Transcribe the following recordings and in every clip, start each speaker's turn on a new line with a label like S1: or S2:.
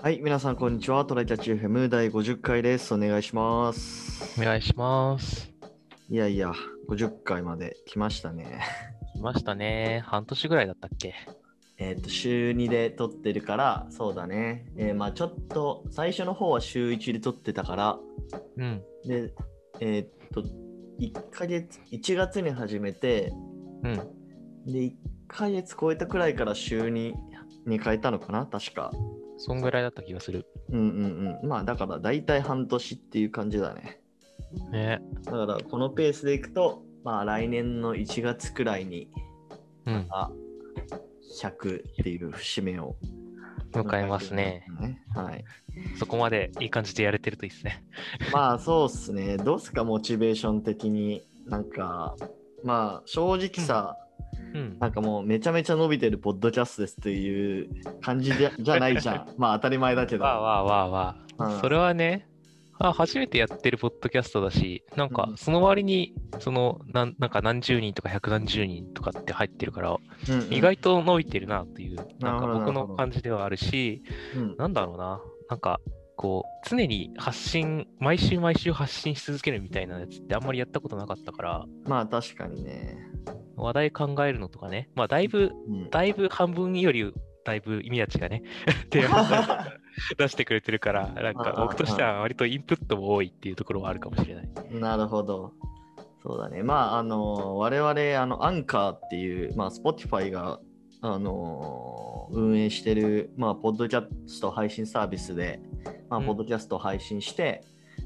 S1: はい、皆さん、こんにちは。トライキャッチ FM 第50回です。お願いします
S2: お。願いします。
S1: いやいや、50回まで来ましたね。
S2: 来ましたね。半年ぐらいだったっけ
S1: えっと、週2で撮ってるから、そうだね。えーまあちょっと、最初の方は週1で撮ってたから、
S2: うん。
S1: で、えっと、1ヶ月、1月に始めて、
S2: うん。
S1: で、1ヶ月超えたくらいから週2に変えたのかな、確か。
S2: そんぐらいだった気がする。
S1: うんうんうん。まあ、だから、大体半年っていう感じだね。
S2: ね。
S1: だからこのペースでいくと、まあ、来年の1月くらいに
S2: うん。
S1: あ100っていう節目を
S2: 迎えますね。。
S1: はい、
S2: そこまでいい感じでやれてるといいですね。
S1: まあそうっすね。どうすかモチベーション的になんかまあ正直さ、
S2: うん。
S1: なんかもうめちゃめちゃ伸びてるポッドキャストですという感じじゃじゃないじゃん。まあ当たり前だけど。
S2: わあわあわあわ
S1: うん
S2: あ。それはね、あ初めてやってるポッドキャストだし、なんか
S1: うん
S2: その割に、そのなん、なんか何十人とか百何十人とかって入ってるから、
S1: うんうん
S2: 意外と伸びてるなという、なんか
S1: なるほど
S2: 僕
S1: なるほ
S2: の
S1: ど
S2: 感じではあるし、
S1: うん
S2: なんだろうな、なんかこう、常に発信、毎週毎週発信し続けるみたいなやつってあんまりやったことなかったから、
S1: まあ確かにね。
S2: 話題考えるのとかね、まあだいぶ、
S1: うん
S2: だいぶ半分よりだいぶ宮地がね、 提案を出してくれて るから、なんか僕としては割とインプットも多いっていうところはあるかもしれない。
S1: なるほど。そうだね。まあ、あの、我々、あの、アンカーっていう、まあ、Spotify が、あの、運営してる、まあ、ポッドキャスト配信サービスで、まあ、
S2: うん
S1: ポッドキャストを配信して、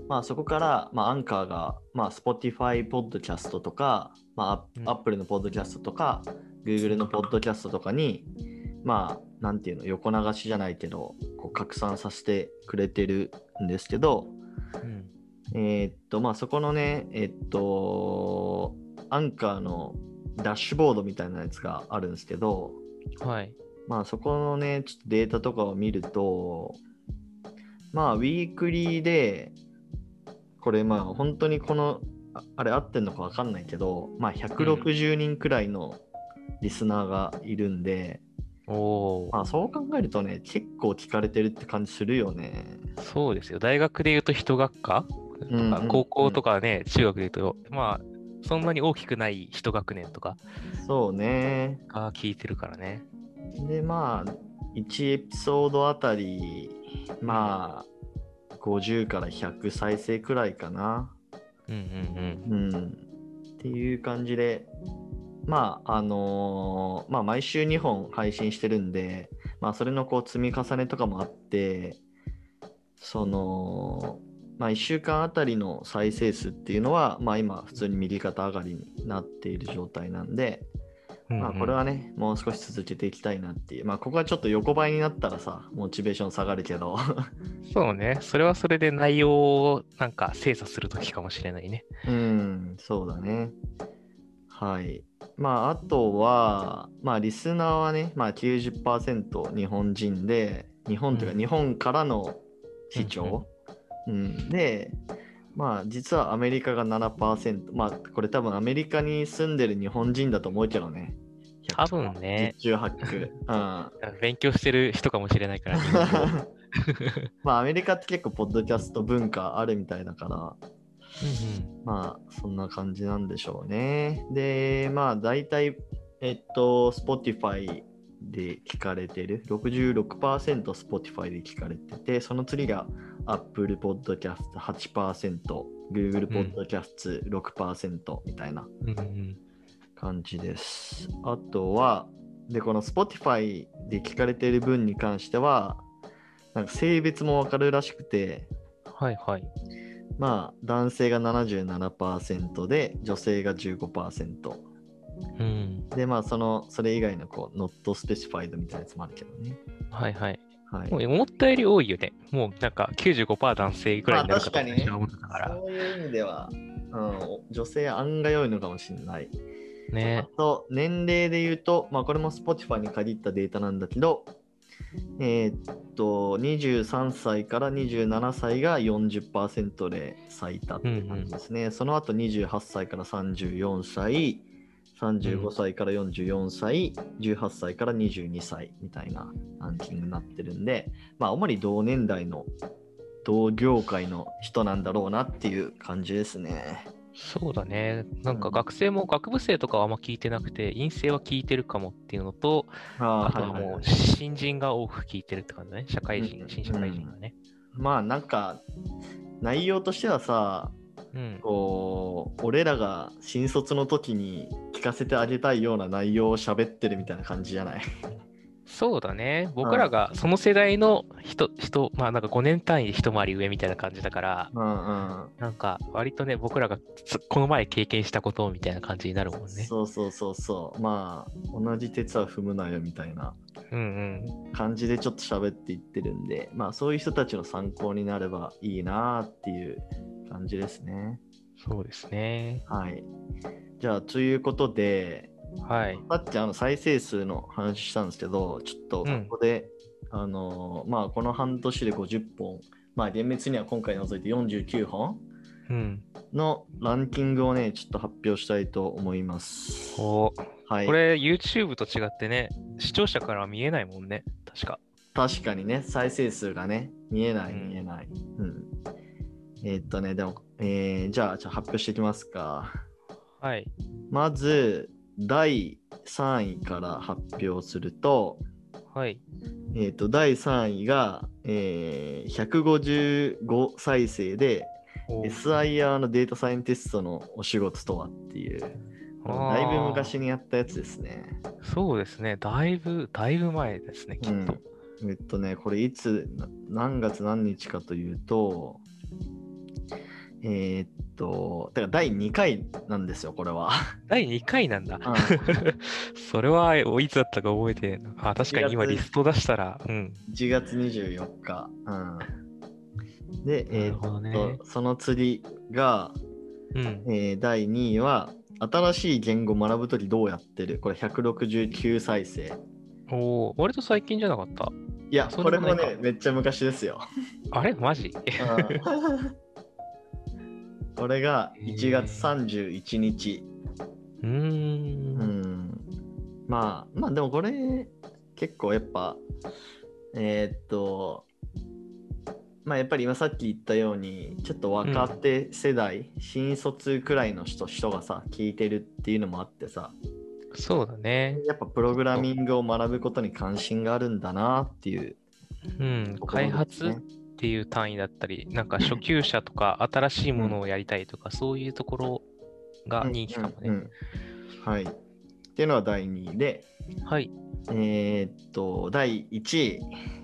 S1: まあ、そこから、まあ、アンカーが、まあ、Spotify ポッドキャストとか、ま
S2: うん
S1: あ、アップルのポッドキャストとか、Google のポッドキャストとかに、まあ、なんていうの、横流しじゃないけど、こう拡散させてくれてるんですけど、
S2: うん。
S1: えーっと、まあ、そこのね、えっと、アンカーのダッシュボードみたいなやつがあるんですけど、
S2: はい。
S1: まあ、そこのね、ちょっとデータとかを見ると、まあ、ウィークリーで、これ、まあ、本当にこの、ああれ合ってんのか分かんないけど、まあ、160人くらいのリスナーがいるんで、
S2: おー
S1: まあ、そう考えるとね、結構聞かれてるって感じするよね。
S2: そうですよ。大学で言うと人学科と
S1: うんうんう
S2: か
S1: ん、
S2: 高校とかね、中学で言うと、まあ、そんなに大きくない一学年とか
S1: そうね。
S2: が聞いてるからね。
S1: でまあ1エピソードあたりまあ50から100再生くらいかな
S2: うんうん
S1: うんっていう感じでまああのーまあ毎週2本配信してるんでまあそれのこう積み重ねとかもあってそのまあ1週間あたりの再生数っていうのはまあ今普通に右肩上がりになっている状態なんで、
S2: うん。
S1: まあ、これはね、もう少し続けていきたいなっていう。まあ、ここはちょっと横ばいになったらさ、モチベーション下がるけど。
S2: そうね。それはそれで内容をなんか精査するときかもしれないね。
S1: うん、 そうだね。はい。まあ、あとは、まあ、リスナーはね、まあ90%日本人で、日本という
S2: う
S1: か
S2: ん
S1: 日本からの視聴。うん、で、まあ、実はアメリカが7%。まあ、これ多分アメリカに住んでる日本人だと思うけどね。
S2: 多分ね、
S1: 18区。うん。
S2: 勉強してる人かもしれない から、日本語
S1: まあアメリカって結構ポッドキャスト文化あるみたいだから
S2: うん
S1: まあそんな感じなんでしょうねでまあ大体えっと Spotify で聞かれてる 66%Spotify で聞かれててその次が Apple Podcast8%Google
S2: うん
S1: Podcast6%、みたいな
S2: うんうんうん
S1: 感じです。あとは、で、この Spotify で聞かれている分に関しては、なんか性別もわかるらしくて、
S2: はいはい。
S1: まあ、男性が77%で、女性が15%。
S2: うん。
S1: で、まあ、その、それ以外の、こう、not specified みたいなやつもあるけどね。
S2: はいはい。
S1: はい。
S2: もう思ったより多いよね。もうなんか95%男性ぐらいになるかと
S1: まあ確かにね
S2: 私は思ってたから。
S1: そういう意味では、うん、女性案外多いのかもしれない。
S2: ね。
S1: と年齢で言うと、まあ、これも Spotify に限ったデータなんだけど、えーっと23歳から27歳が40%で最多って感じですね、その後28歳から34歳35歳から44歳、18歳から22歳みたいなランキングになってるんで、まあ、主に同年代の同業界の人なんだろうなっていう感じですね。
S2: そうだね。なんか学生も、学部生とかはあんま聞いてなくて、陰性は聞いてるかもっていうのと、
S1: あ
S2: あ
S1: ー
S2: とは
S1: はいはいはい
S2: もう新人が多く聞いてるって感じだね。社会
S1: うんう
S2: 人
S1: ん、
S2: 新社会人がね。
S1: まあなんか内容としてはさ
S2: うん。
S1: こう俺らが新卒の時に聞かせてあげたいような内容を喋ってるみたいな感じじゃない
S2: そうだね。僕らがその世代の人、人、まあなんか5年単位で一回り上みたいな感じだから、
S1: うん
S2: なんか割とね、僕らがつこの前経験したことみたいな感じになるもん
S1: うん、
S2: ね。
S1: そうそうそうそうまあ同じ鉄は踏むなよみたいな
S2: うん
S1: 感じでちょっと喋っていってるんでまあそういう人たちの参考になればいいなっていう感じですね
S2: うん。そうですね。
S1: はいじゃあということで
S2: はい。
S1: さっきあの再生数の話したんですけど、ちょっとここで、あのーまあ、この半年で50本、まあ、厳密には今回除いて49本
S2: うん。
S1: のランキングをね、ちょっと発表したいと思います。
S2: おー
S1: はい、
S2: これ YouTube と違ってね、視聴者からは見えないもんね。確か。
S1: 確かにね、再生数がね、見えない、
S2: うん
S1: 見えない。うんえーっとね、でも、えーじゃあ、じゃあ発表していきますか。
S2: はい。
S1: まず、第3位から発表すると、
S2: はい。
S1: えー、と第3位が、えー155再生で
S2: おー
S1: SIR のデータサイエンティストのお仕事とはっていうだいぶ昔にやったやつですね。
S2: あーそうですね。だいぶ、だいぶ前ですね、きっ
S1: うん
S2: と。
S1: えっとねこれいつな何月何日かというとえーっとだから第2回なんですよこれは。
S2: 第2回なんだ。
S1: うん
S2: それは、おいつだったか覚えてないなあ、確かに今
S1: 4月
S2: リスト出したら、うん。
S1: 1月24日。うん、で、
S2: な
S1: えー
S2: るほど
S1: っと、
S2: ね。
S1: その次が
S2: うん。
S1: えー第2位は新しい言語学ぶときどうやってるこれ169再生
S2: おお、割と最近じゃなかった。
S1: いや
S2: そ
S1: こ
S2: う
S1: れ
S2: でも
S1: も
S2: ない
S1: ね
S2: か
S1: めっちゃ昔ですよ
S2: あれマジ
S1: うんこれが1月31日
S2: うー。
S1: うんんまあまあでもこれ結構やっぱえーっとまあやっぱり今さっき言ったようにちょっと若手世代、新卒くらいの人人がさ聞いてるっていうのもあってさ、
S2: そうだね。
S1: やっぱプログラミングを学ぶことに関心があるんだなっていう
S2: うん。
S1: ところ
S2: 開
S1: です
S2: 発
S1: ね、
S2: っていう単位だったり、なんか初級者とか新しいものをやりたいとか、そういうところが人気かも
S1: うん
S2: ね。
S1: うんはい。っていうのは第2位で、
S2: はい。
S1: えーっと、第1位、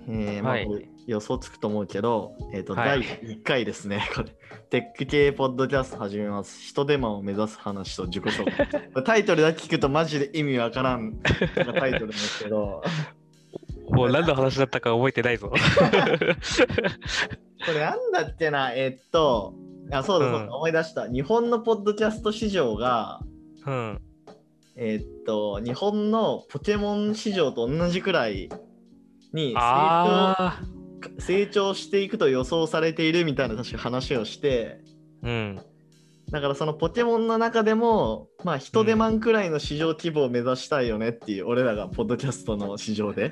S1: えーまあ
S2: はい
S1: これ予想つくと思うけど、えーっと、
S2: はい
S1: 第1回ですね、 これ。テック系ポッドキャスト始めます。人デマを目指す話と自己紹 介。これタイトルだけ聞くとマジで意味わからんのがタイトルなんですけど、
S2: もう何の話だったか覚えてないぞ。
S1: これなんだっけな、えーっと、あそうだそうだ、
S2: うん
S1: 思い出した。日本のポッドキャスト市場が、
S2: うん。
S1: えーっと、日本のポケモン市場と同じくらいに成
S2: ああ。
S1: 長成長していくと予想されているみたいな確か話をして、
S2: うん。
S1: だからそのポケモンの中でも、まあ、人手マンくらいの市場規模を目指したいよねっていう、俺らがポッドキャストの市場 で。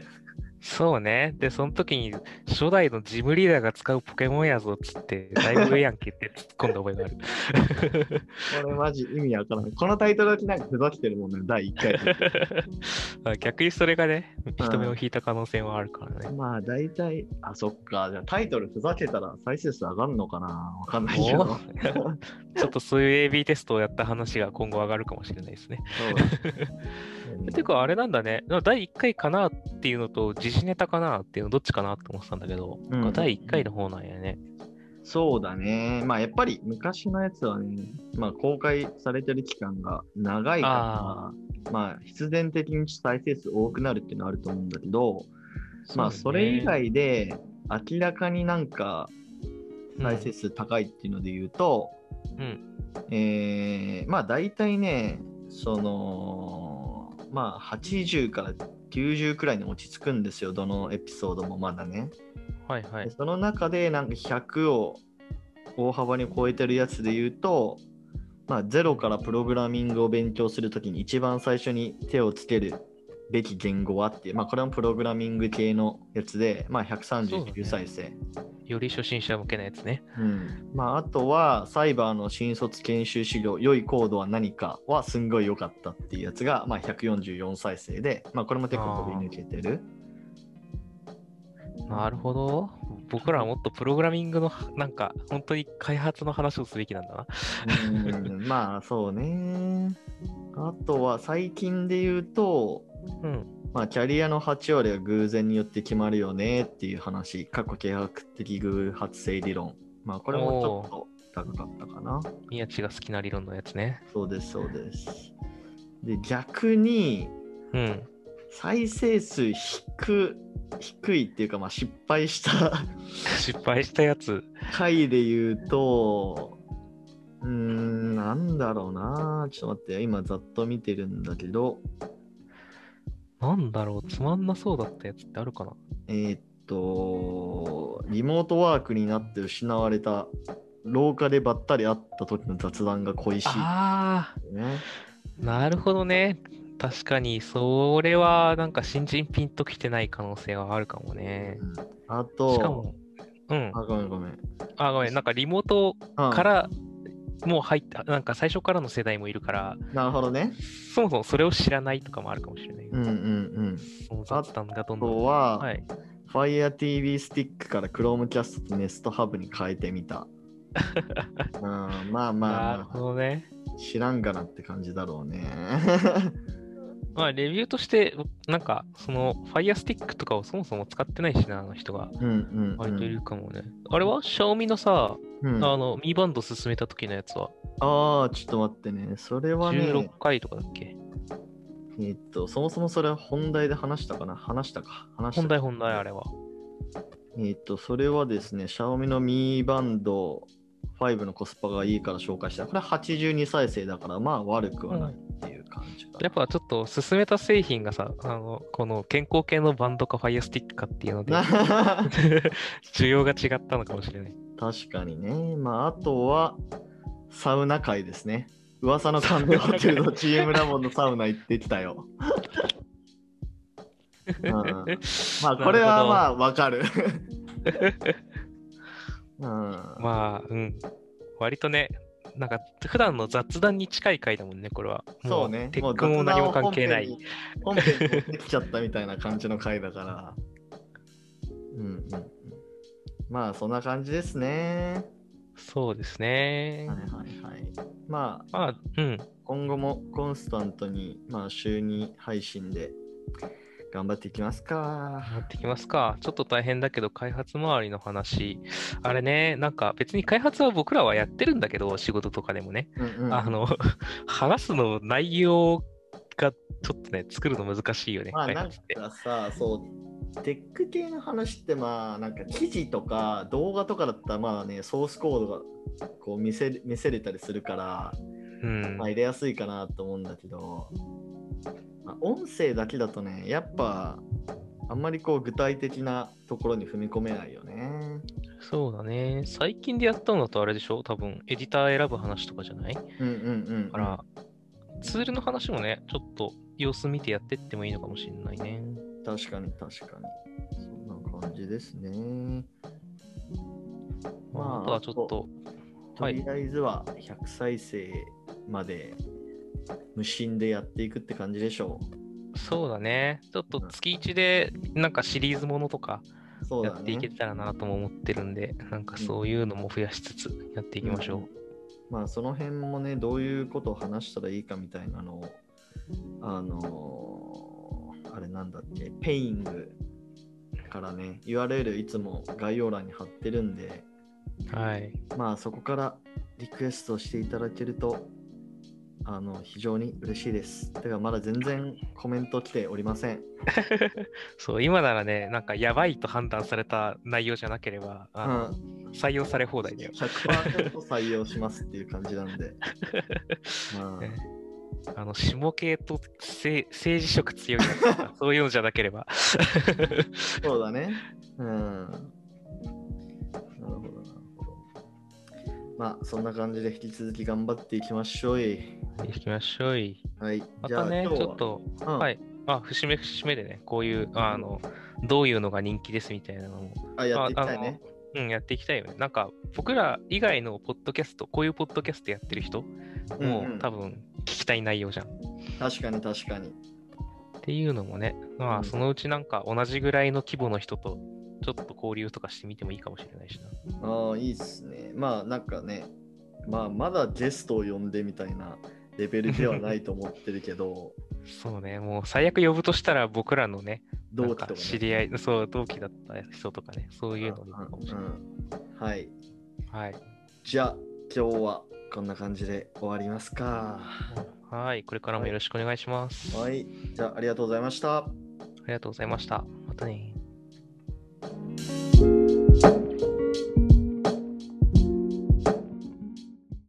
S2: そうね。で、その時に初代のジムリーダーが使うポケモンやぞっつって、だいぶ上やんけって突っ込んだ覚えがある。
S1: これマジ意味わからない。このタイトルだけなんかふざけてるもんね、第1回。
S2: あ逆にそれがね、人目を引いた可能性はあるからね。
S1: まあ大体、あ、そっか。じゃあタイトルふざけたら再生数上がるのかなわかんないけど。
S2: ちょっとそういう AB テストをやった話が今後上がるかもしれないですね。
S1: うん
S2: てか、あれなんだね、第1回かなっていうのと、時事ネタかなっていうの、どっちかなって思ってたんだけど、
S1: うん
S2: 第1回の方なんやね。
S1: そうだね。まあやっぱり昔のやつはね、まあ公開されてる期間が長いから、まあ必然的に再生数多くなるっていうのはあると思うんだけど、まあそれ以外で明らかになんか再生数高いっていうので言うと、
S2: うん
S1: えーまあ大体ね、その、まあ80から90くらいに落ち着くんですよ、どのエピソードもまだね。
S2: はいはい
S1: で。その中でなんか100を大幅に超えてるやつで言うと、まあ、ゼロからプログラミングを勉強するときに一番最初に手をつけるべき言語はっていう、まあ、これもプログラミング系のやつで、まあ、139再生。
S2: より初心者向けのやつね。
S1: うんまあ、あとは、サイバーの新卒研修資料、良いコードは何かはすんごい良かったっていうやつが、まあ、144再生で、まあ、これも結構飛び抜けてる。
S2: なるほど。僕らはもっとプログラミングの、なんか、本当に開発の話をすべきなんだな。
S1: うんまあ、そうね。あとは、最近で言うと、
S2: うん。
S1: まあ、キャリアの8割は偶然によって決まるよねっていう話、過去計画的偶発性理論。まあ、これもちょっと高かったかな。
S2: 宮地が好きな理論のやつね。
S1: そうです、そうです。で、逆に、
S2: うん。
S1: 再生数低低いっていうか、まあ、失敗した
S2: 失敗したやつ。
S1: 回で言うと、うーん、なんだろうな。ちょっと待って、今ざっと見てるんだけど、
S2: なんだろう、つまんなそうだったやつってあるかな
S1: えーっと、リモートワークになって失われた廊下でばったり会った時の雑談が恋しい、
S2: あ
S1: ね。
S2: あ、なるほどね。確かに、それはなんか新人ピンときてない可能性はあるかもね
S1: う。んあ
S2: しか
S1: と
S2: も、うん。
S1: あ、ごめんごめん。
S2: あ、ごめん、なんかリモート
S1: うん
S2: から、もう入った、なんか最初からの世代もいるから、
S1: なるほどね。
S2: そもそもそれを知らないとかもあるかもしれない。
S1: うんうんうん。
S2: その雑談がど
S1: あ
S2: んどん。
S1: とは、
S2: はい。
S1: FireTV スティックから Chromecast と Nest Hub に変えてみ た。うん、まあ
S2: なる
S1: ま
S2: ほ
S1: あ、
S2: どね。
S1: 知らんがなって感じだろうね。
S2: まあ、レビューとして、なんか、その、Fire Stick とかをそもそも使ってないしな、あの人が。
S1: うんうん、う
S2: 割とい
S1: ん
S2: るかもね。あれはシャオミのさ、
S1: うん。
S2: あ
S1: あ
S2: の、ミーバンド進めた時のやつは、
S1: あー、ちょっと待ってね。それは
S2: 16
S1: ね、
S2: 回とかだっけ
S1: えーっと、そもそもそれは本題で話したかな話したか話した
S2: 本題本題あれは。
S1: えーっと、それはですね、Xiaomi の Mi Band 5のコスパがいいから紹介した。これは82再生だから、まあ悪くはないっていう感じかな
S2: やっぱちょっと進めた製品がさ、あの、この健康系のバンドかファイアスティックかっていうので、 需要が違ったのかもしれない。
S1: 確かにね。まあ、あとは、サウナ界ですね。噂の感動ホテルの CM ラボンのサウナ行ってきたよ。 うんまあ、これはま
S2: あ。
S1: あ、わか る。うん
S2: まあ、うん。割とね、なんか普段の雑談に近い回だもんね、これは。も
S1: そうね。
S2: テックも何も関係ない。
S1: もう雑談を本編に。本編に持ってきちゃったみたいな感じの回だから。うんうんうん。まあ、そんな感じですね。
S2: そうですね
S1: はい。はいはい。まあ、
S2: まあ、うん。
S1: 今後もコンスタントに、まあ、週に配信で頑張っていきますか。
S2: 持ってきますか。ちょっと大変だけど、開発周りの話。あれね、なんか別に開発は僕らはやってるんだけど、仕事とかでもね。
S1: うんうん、
S2: あの、 話すの内容がちょっとね、作るの難しいよね、
S1: まあ
S2: 開
S1: なん
S2: 発って。
S1: かさ、そう、テック系の話って、まあなんか記事とか動画とかだったら、まあね、ソースコードがこう見せる見せれたりするから、
S2: うん
S1: まあ、。入れやすいかなと思うんだけど、まあ、音声だけだとね、やっぱあんまりこう具体的なところに踏み込めないよね。
S2: そうだね。最近でやったのだとあれでしょ多分、エディター選ぶ話とかじゃないだ
S1: うんうんうん。
S2: から、ツールの話もね、ちょっと様子見てやってってもいいのかもしれないね。
S1: 確かに確かに。そんな感じですね。
S2: まあ、あとはちょっと、
S1: と
S2: はい
S1: りあえずは100再生まで無心でやっていくって感じでしょ
S2: そうだね。ちょっと月1で、なんかシリーズものとか、
S1: う。そう
S2: や
S1: だ
S2: って
S1: ね
S2: い。けたらなとも思ってるんで、なんかそういうのも増やしつつやっていきましょう。
S1: まあその辺もね、どういうことを話したらいいかみたいなのを、あのーあれなんだっけ、ペイングからね、URL いつも概要欄に貼ってるんで、
S2: はい。
S1: まあそこからリクエストしていただけるとあの非常に嬉しいです。てかまだ全然コメント来ておりません。
S2: そう、今ならね、なんかやばいと判断された内容じゃなければ、
S1: う
S2: あの
S1: ん、
S2: 採用され放題だよ。
S1: 100%採用しますっていう感じなん で。ま
S2: ねあの、下系と政政治色強いやつ とかそういうのじゃなければ。
S1: あ、そうだね。うん。なるほど、なるほど。まあそんな感じで引き続き頑張っていきましょうい。
S2: 行きましょうい。
S1: はい。
S2: ま
S1: じゃ
S2: た
S1: あ
S2: ね、
S1: 今日
S2: ち
S1: は
S2: ょっと、
S1: うん
S2: はい。あ、節目節目でね、こういう、あの、どういうのが人気ですみたいなのも、
S1: あやっていきたいね。
S2: うん、やっていきたいよね。なんか、僕ら以外のポッドキャスト、こういうポッドキャストやってる人、も
S1: うんう
S2: うん多分聞きたい内容じゃん。
S1: 確かに確かに。
S2: っていうのもね、ま
S1: う
S2: あ、
S1: ん
S2: そのうちなんか同じぐらいの規模の人と、ちょっと交流とかしてみてもいいかもしれないしな。
S1: ああ、いいっすね。まあなんかね、まあまだゲストを呼んでみたいなレベルではないと思ってるけ ど、
S2: そうね、もう最悪呼ぶとしたら僕らのね、
S1: 同期と
S2: なん
S1: か、
S2: か
S1: ね。
S2: 知り合い、そう、同期だった人とかね、そういうのでいいかもしれ
S1: う
S2: ない。
S1: んうんはい。
S2: はい。
S1: じゃあ今日はこんな感じで終わりますか。
S2: はい、これからもよろしくお願いします。
S1: はい。じゃあありがとうございました。
S2: ありがとうございました。またね。